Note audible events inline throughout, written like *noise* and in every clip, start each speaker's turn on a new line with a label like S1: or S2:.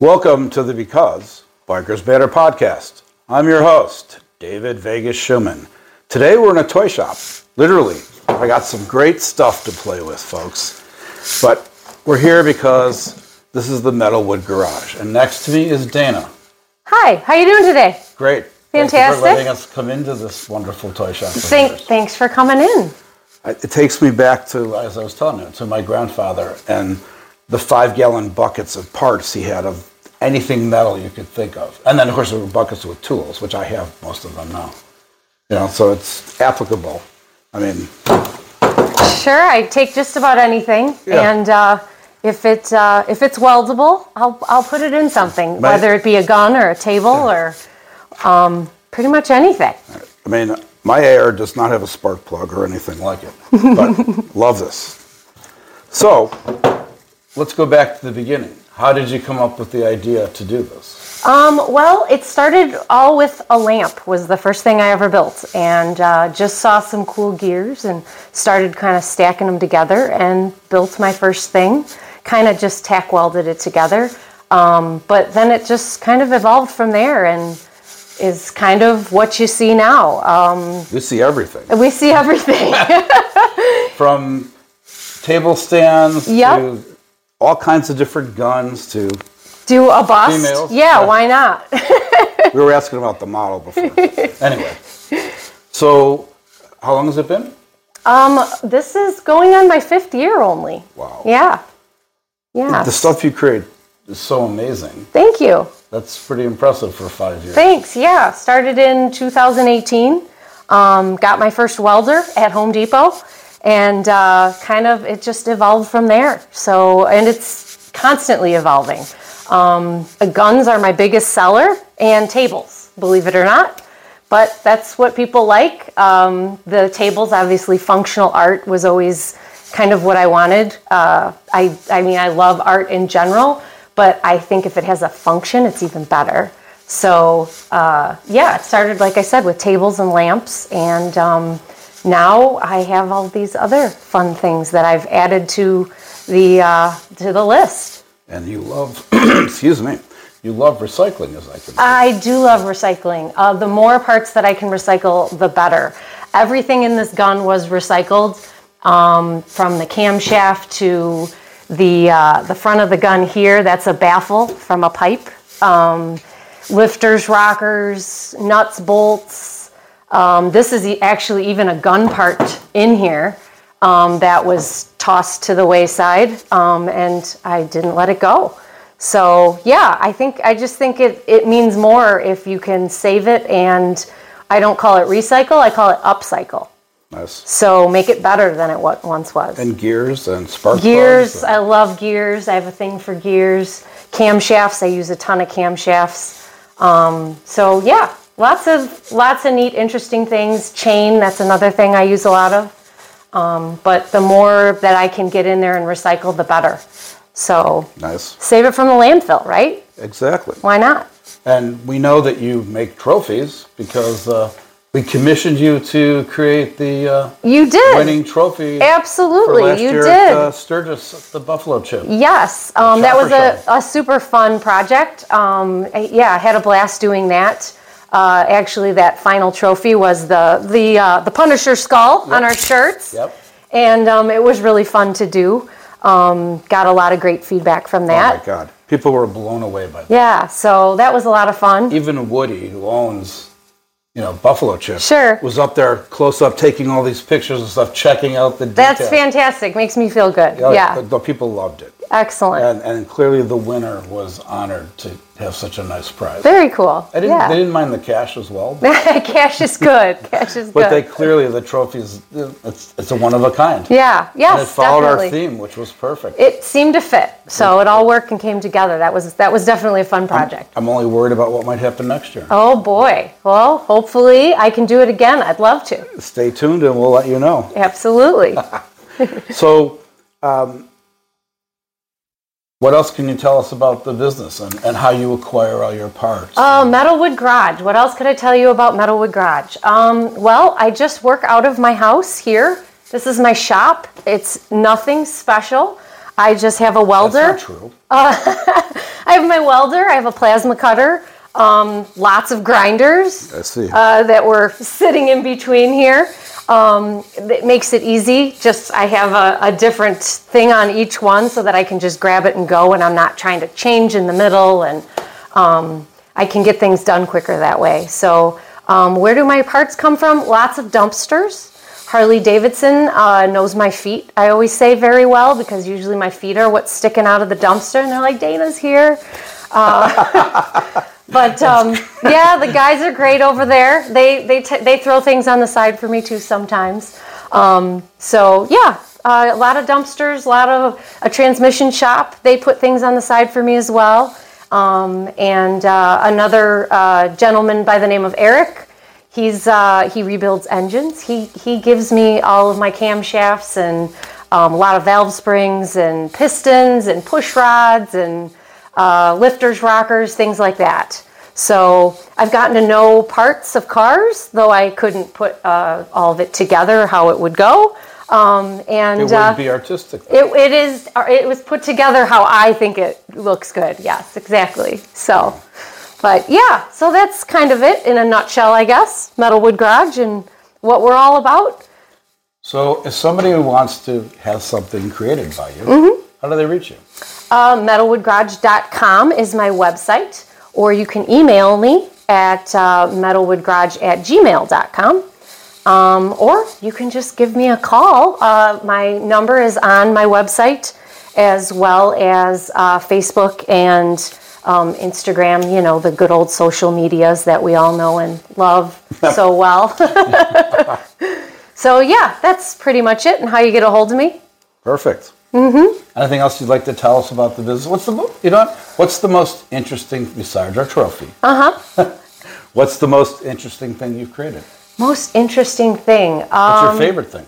S1: Welcome to the Because Bikers Better podcast. I'm your host, David Vegas Schumann. Today we're in a toy shop. Literally, I got some great stuff to play with, folks. But we're here because this is the Metalwood Garage, and next to me is Dana.
S2: Hi, how you doing today?
S1: Great. Thank you
S2: Fantastic.
S1: for letting us come into this wonderful toy shop. of
S2: Thank,
S1: yours.
S2: thanks for coming in.
S1: I- It takes me back to, as I was telling you, to my grandfather and the five gallon buckets of parts he had of anything metal you could think of. And then, of course, there were buckets with tools, which I have most of them now. You know, so it's applicable. I mean,
S2: Sure, I take just about anything,
S1: Yeah.
S2: and uh, if it uh, if it's weldable, I'll I'll put it in something,
S1: My-
S2: whether it be a gun or a table or um, pretty much anything.
S1: I mean, my AR does not have a spark plug or anything like it, *laughs* but love this. So let's go back to the beginning. How did you come up with the idea to do this?
S2: Um, well, it started all with a lamp was the first thing I ever built, and uh, just saw some cool gears and started kind of stacking them together and built my first thing. Kind of just tack welded it together, um, but then it just kind of evolved from there and is kind of what you see now. Um,
S1: You see everything.
S2: we see everything.
S1: *laughs* from table stands
S2: Yep.
S1: to all kinds of different guns to
S2: Do a bust?
S1: Females.
S2: Yeah, why not?
S1: we were asking about the model
S2: *laughs*
S1: before anyway so how long has it been
S2: Um, this is going on my fifth year only.
S1: Wow.
S2: Yeah. Yeah.
S1: the stuff you create is so amazing
S2: Thank you.
S1: that's pretty impressive for five years
S2: Thanks. Yeah, started in 2018. Um, got my first welder at Home Depot, and uh, kind of it just evolved from there. So, and it's constantly evolving. Um, uh, guns are my biggest seller, and tables, believe it or not. But that's what people like. Um, the tables, obviously, functional art was always kind of what I wanted. Uh, I, I mean, I love art in general, but I think if it has a function, it's even better. So uh, yeah, it started like I said with tables and lamps, and um, now I have all these other fun things that I've added to the uh, to the list.
S1: and you love *clears throat* excuse me you love recycling as i can
S2: I do love recycling. Uh, the more parts that I can recycle, the better. Everything in this gun was recycled, um, from the camshaft to the uh, the front of the gun here. That's a baffle from a pipe. Um, lifters, rockers, nuts, bolts. Um, this is e- actually even a gun part in here um, that was tossed to the wayside, um, and I didn't let it go. So yeah, I think I just think it it means more if you can save it, and I don't call it recycle; I call it upcycle.
S1: nice
S2: So make it better than it wa- once was.
S1: and gears and spark
S2: Gears,
S1: plugs and-
S2: I love gears. I have a thing for gears. Camshafts, I use a ton of camshafts. Um, so yeah, lots of lots of neat, interesting things. Chain, that's another thing I use a lot of. Um, but the more that I can get in there and recycle, the better. So
S1: nice
S2: save it from the landfill, right?
S1: exactly
S2: Why not?
S1: and we know that you make trophies because uh, we commissioned you to create the uh,
S2: You did.
S1: winning trophy.
S2: Absolutely,
S1: for last
S2: you
S1: year
S2: did.
S1: At, uh, Sturgis, at the Buffalo Chip.
S2: Yes, um, that
S1: Chopper
S2: was a, a super fun project. Um, I- yeah, I had a blast doing that. Uh, actually, that final trophy was the the uh, the Punisher skull on our shirts,
S1: Yep.
S2: and um, it was really fun to do. Um, got a lot of great feedback from
S1: Oh
S2: that.
S1: my God, people were blown away by that.
S2: yeah, so that was a lot of fun.
S1: Even Woody, who owns, you know, Buffalo Chip,
S2: Sure.
S1: was up there close up taking all these pictures and stuff, checking out the
S2: That's
S1: details.
S2: fantastic. Makes me feel good.
S1: Oh,
S2: yeah,
S1: The, the people loved it,
S2: excellent.
S1: and and clearly the winner was honored to have such a nice prize.
S2: Very cool.
S1: I didn't,
S2: yeah,
S1: They didn't mind the cash as well,
S2: *laughs* cash is good. Cash is
S1: but
S2: good.
S1: they clearly the trophies. It's, it's a one of a kind.
S2: yeah. Yes.
S1: And it followed
S2: definitely.
S1: our theme, which was perfect.
S2: it seemed to fit so it all worked and came together that was that was definitely a fun project
S1: I'm only worried about what might happen next year.
S2: oh boy well hopefully i can do it again i'd love to
S1: Stay tuned, and we'll let you know. *laughs*
S2: absolutely
S1: So, um, what else can you tell us about the business and, and how you acquire all your parts?
S2: Uh, Metalwood Garage. What else could I tell you about Metalwood Garage? Um, well, I just work out of my house here. This is my shop. It's nothing special. I just have a welder.
S1: That's not true.
S2: I have my welder. I have a plasma cutter. Um, lots of grinders
S1: I see.
S2: uh, that were sitting in between here. Um, that makes it easy. Just I have a, a different thing on each one so that I can just grab it and go, and I'm not trying to change in the middle, and um, I can get things done quicker that way. So, um, where do my parts come from? Lots of dumpsters. Harley Davidson uh, knows my feet. I always say very well because usually my feet are what's sticking out of the dumpster, and they're like, "Dana's here." But um, yeah, the guys are great over there. They they t- they throw things on the side for me too sometimes. Um, so yeah, uh, a lot of dumpsters, a lot of a transmission shop. They put things on the side for me as well. Um, and uh, another uh, gentleman by the name of Eric. He's uh, he rebuilds engines. He he gives me all of my camshafts and um, a lot of valve springs and pistons and push rods and uh, lifters, rockers, things like that. So I've gotten to know parts of cars, though I couldn't put uh, all of it together how it would go. Um, and
S1: it
S2: uh,
S1: wouldn't be artistic.
S2: it, it is uh, it was put together how I think it looks good. Yes, exactly. So, but yeah, so that's kind of it in a nutshell, I guess. Metalwood Garage and what we're all about.
S1: So, if somebody who wants to have something created by you, how do they reach you?
S2: Uh, metalwoodgarage.com is my website, or you can email me at uh, metalwoodgarage at gmail.com. Um, or you can just give me a call. Uh, my number is on my website as well as uh, Facebook and um, Instagram, you know, the good old social medias that we all know and love so well. *laughs* so, yeah, that's pretty much it and how you get a hold of me.
S1: Perfect. Mm-hmm. Anything else you'd like to tell us about the business? What's the mo- you know what? what's the most interesting besides our trophy? Uh huh. *laughs* what's the most interesting thing you've created?
S2: Most interesting thing. Uh,
S1: What's your favorite thing?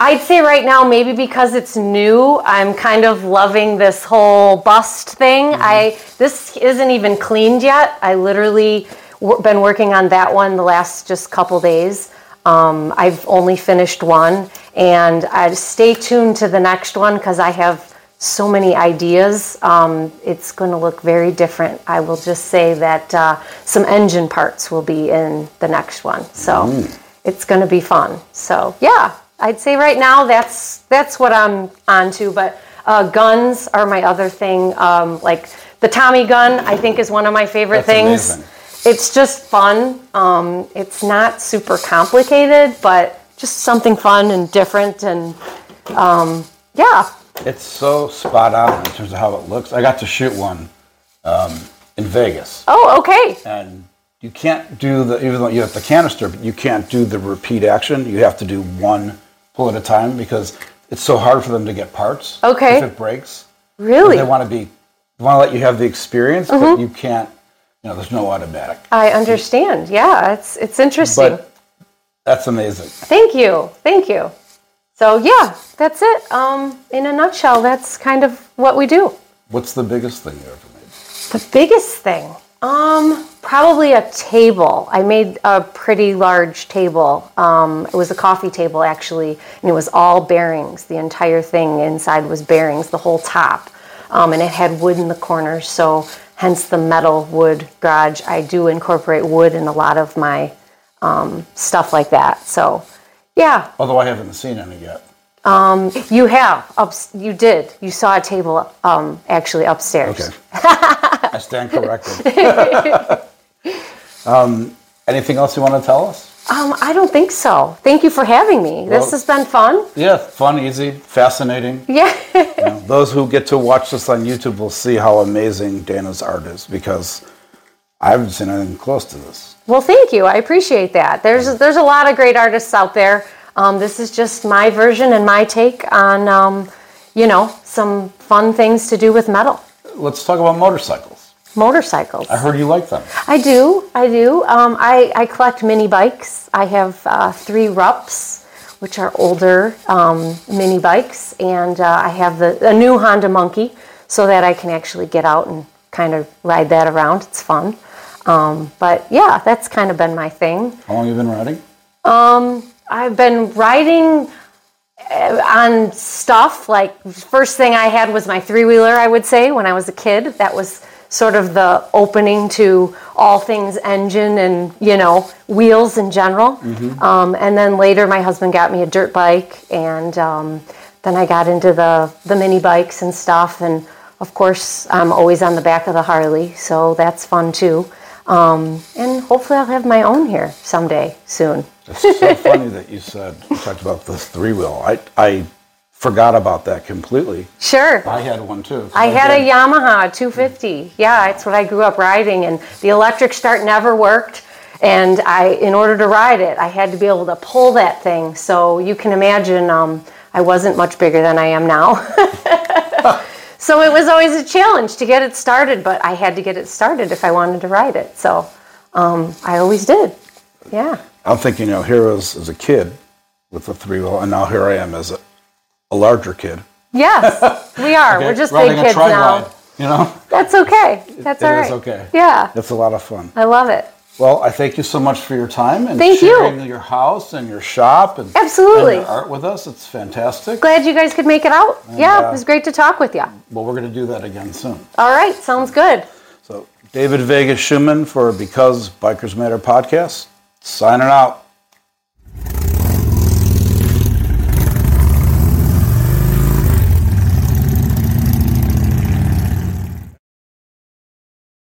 S2: I'd say right now, maybe because it's new, I'm kind of loving this whole bust thing. I this isn't even cleaned yet. I literally w- been working on that one the last just couple days. Um, I've only finished one, and I stay tuned to the next one because I have so many ideas. Um, it's going to look very different. I will just say that uh, some engine parts will be in the next one, so
S1: Mm.
S2: it's going to be fun. So yeah, I'd say right now that's that's what I'm onto. But uh, guns are my other thing. Um, like the Tommy gun, I think is one of my
S1: That's
S2: favorite things.
S1: amazing.
S2: It's just fun. Um, it's not super complicated, but just something fun and different. And um, yeah,
S1: It's so spot on in terms of how it looks. I got to shoot one um, in Vegas,
S2: oh okay,
S1: and you can't do the even though you have the canister, but you can't do the repeat action. You have to do one pull at a time because it's so hard for them to get parts.
S2: Okay.
S1: if it breaks,
S2: really. Mm-hmm.
S1: they want to be they want to let you have the experience, but you can't. You know, there's no automatic.
S2: I understand. Yeah, it's it's interesting.
S1: But that's amazing.
S2: Thank you. Thank you. So yeah, that's it. Um, in a nutshell, that's kind of what we do.
S1: What's the biggest thing you ever made?
S2: The biggest thing, um, probably a table. I made a pretty large table. Um, it was a coffee table actually, and it was all bearings. The entire thing inside was bearings, the whole top, um, and it had wood in the corners. So hence the metal wood garage. I do incorporate wood in a lot of my um, stuff like that. So yeah,
S1: Although I haven't seen any yet.
S2: You have. Ups, you did. You saw a table um, actually upstairs.
S1: *laughs* Okay. I stand corrected. um, *laughs* anything else you want to tell us?
S2: Um, I don't think so. Thank you for having me.
S1: Well-
S2: this has been fun. *laughs*
S1: Yeah, fun, easy, fascinating.
S2: Yeah.
S1: You know, those who get to watch this on YouTube will see how amazing Dana's art is because I haven't seen anything close to this.
S2: well, thank you. I appreciate that. There's there's a lot of great artists out there. Um, this is just my version and my take on um, you know some fun things to do with metal
S1: Let's talk about motorcycles.
S2: motorcycles.
S1: I heard you like them.
S2: I do. I do. Um, I, I collect mini bikes. I have uh, three Rups, which are older um, mini bikes, and uh, I have the, a new Honda Monkey so that I can actually get out and kind of ride that around. It's fun. Um, but yeah, that's kind of been my thing.
S1: How long have you been riding?
S2: I've been riding uh, on stuff. Like first thing I had was my three wheeler. I would say when I was a kid, that was sort of the opening to all things engine and you know wheels in general. Um, and then later, my husband got me a dirt bike, and um, then I got into the the mini bikes and stuff. And of course, I'm always on the back of the Harley, so that's fun too. Um, and hopefully, I'll have my own here someday soon.
S1: It's *laughs* so funny that you said you talked about the three wheel. I I forgot about that completely.
S2: Sure.
S1: I had one too.
S2: I had a Yamaha 250. Yeah, that's what I grew up riding, and the electric start never worked. And I, in order to ride it, I had to be able to pull that thing. So you can imagine, um, I wasn't much bigger than I am now. *laughs* so it was always a challenge to get it started, but I had to get it started if I wanted to ride it. So um, I always did. Yeah.
S1: I'm thinking, you know, here I was as a kid with a three wheel, and now here I am as a, a larger kid. *laughs*
S2: Yes, we are. We're just big kids now.
S1: You know,
S2: That's okay. That's
S1: it
S2: all
S1: is
S2: right.
S1: okay.
S2: Yeah,
S1: it's a lot of fun.
S2: I love it.
S1: Well, I thank you so much for your time and
S2: Thank you.
S1: sharing your house and your shop and
S2: Absolutely.
S1: and uh, your art with us. It's fantastic.
S2: Glad you guys could make it out. yeah,
S1: uh,
S2: it was great to talk with you.
S1: Well, we're going to do that again soon.
S2: All right, sounds good.
S1: So, David Vegas Schumann for Because Bikers Matter podcast, signing out.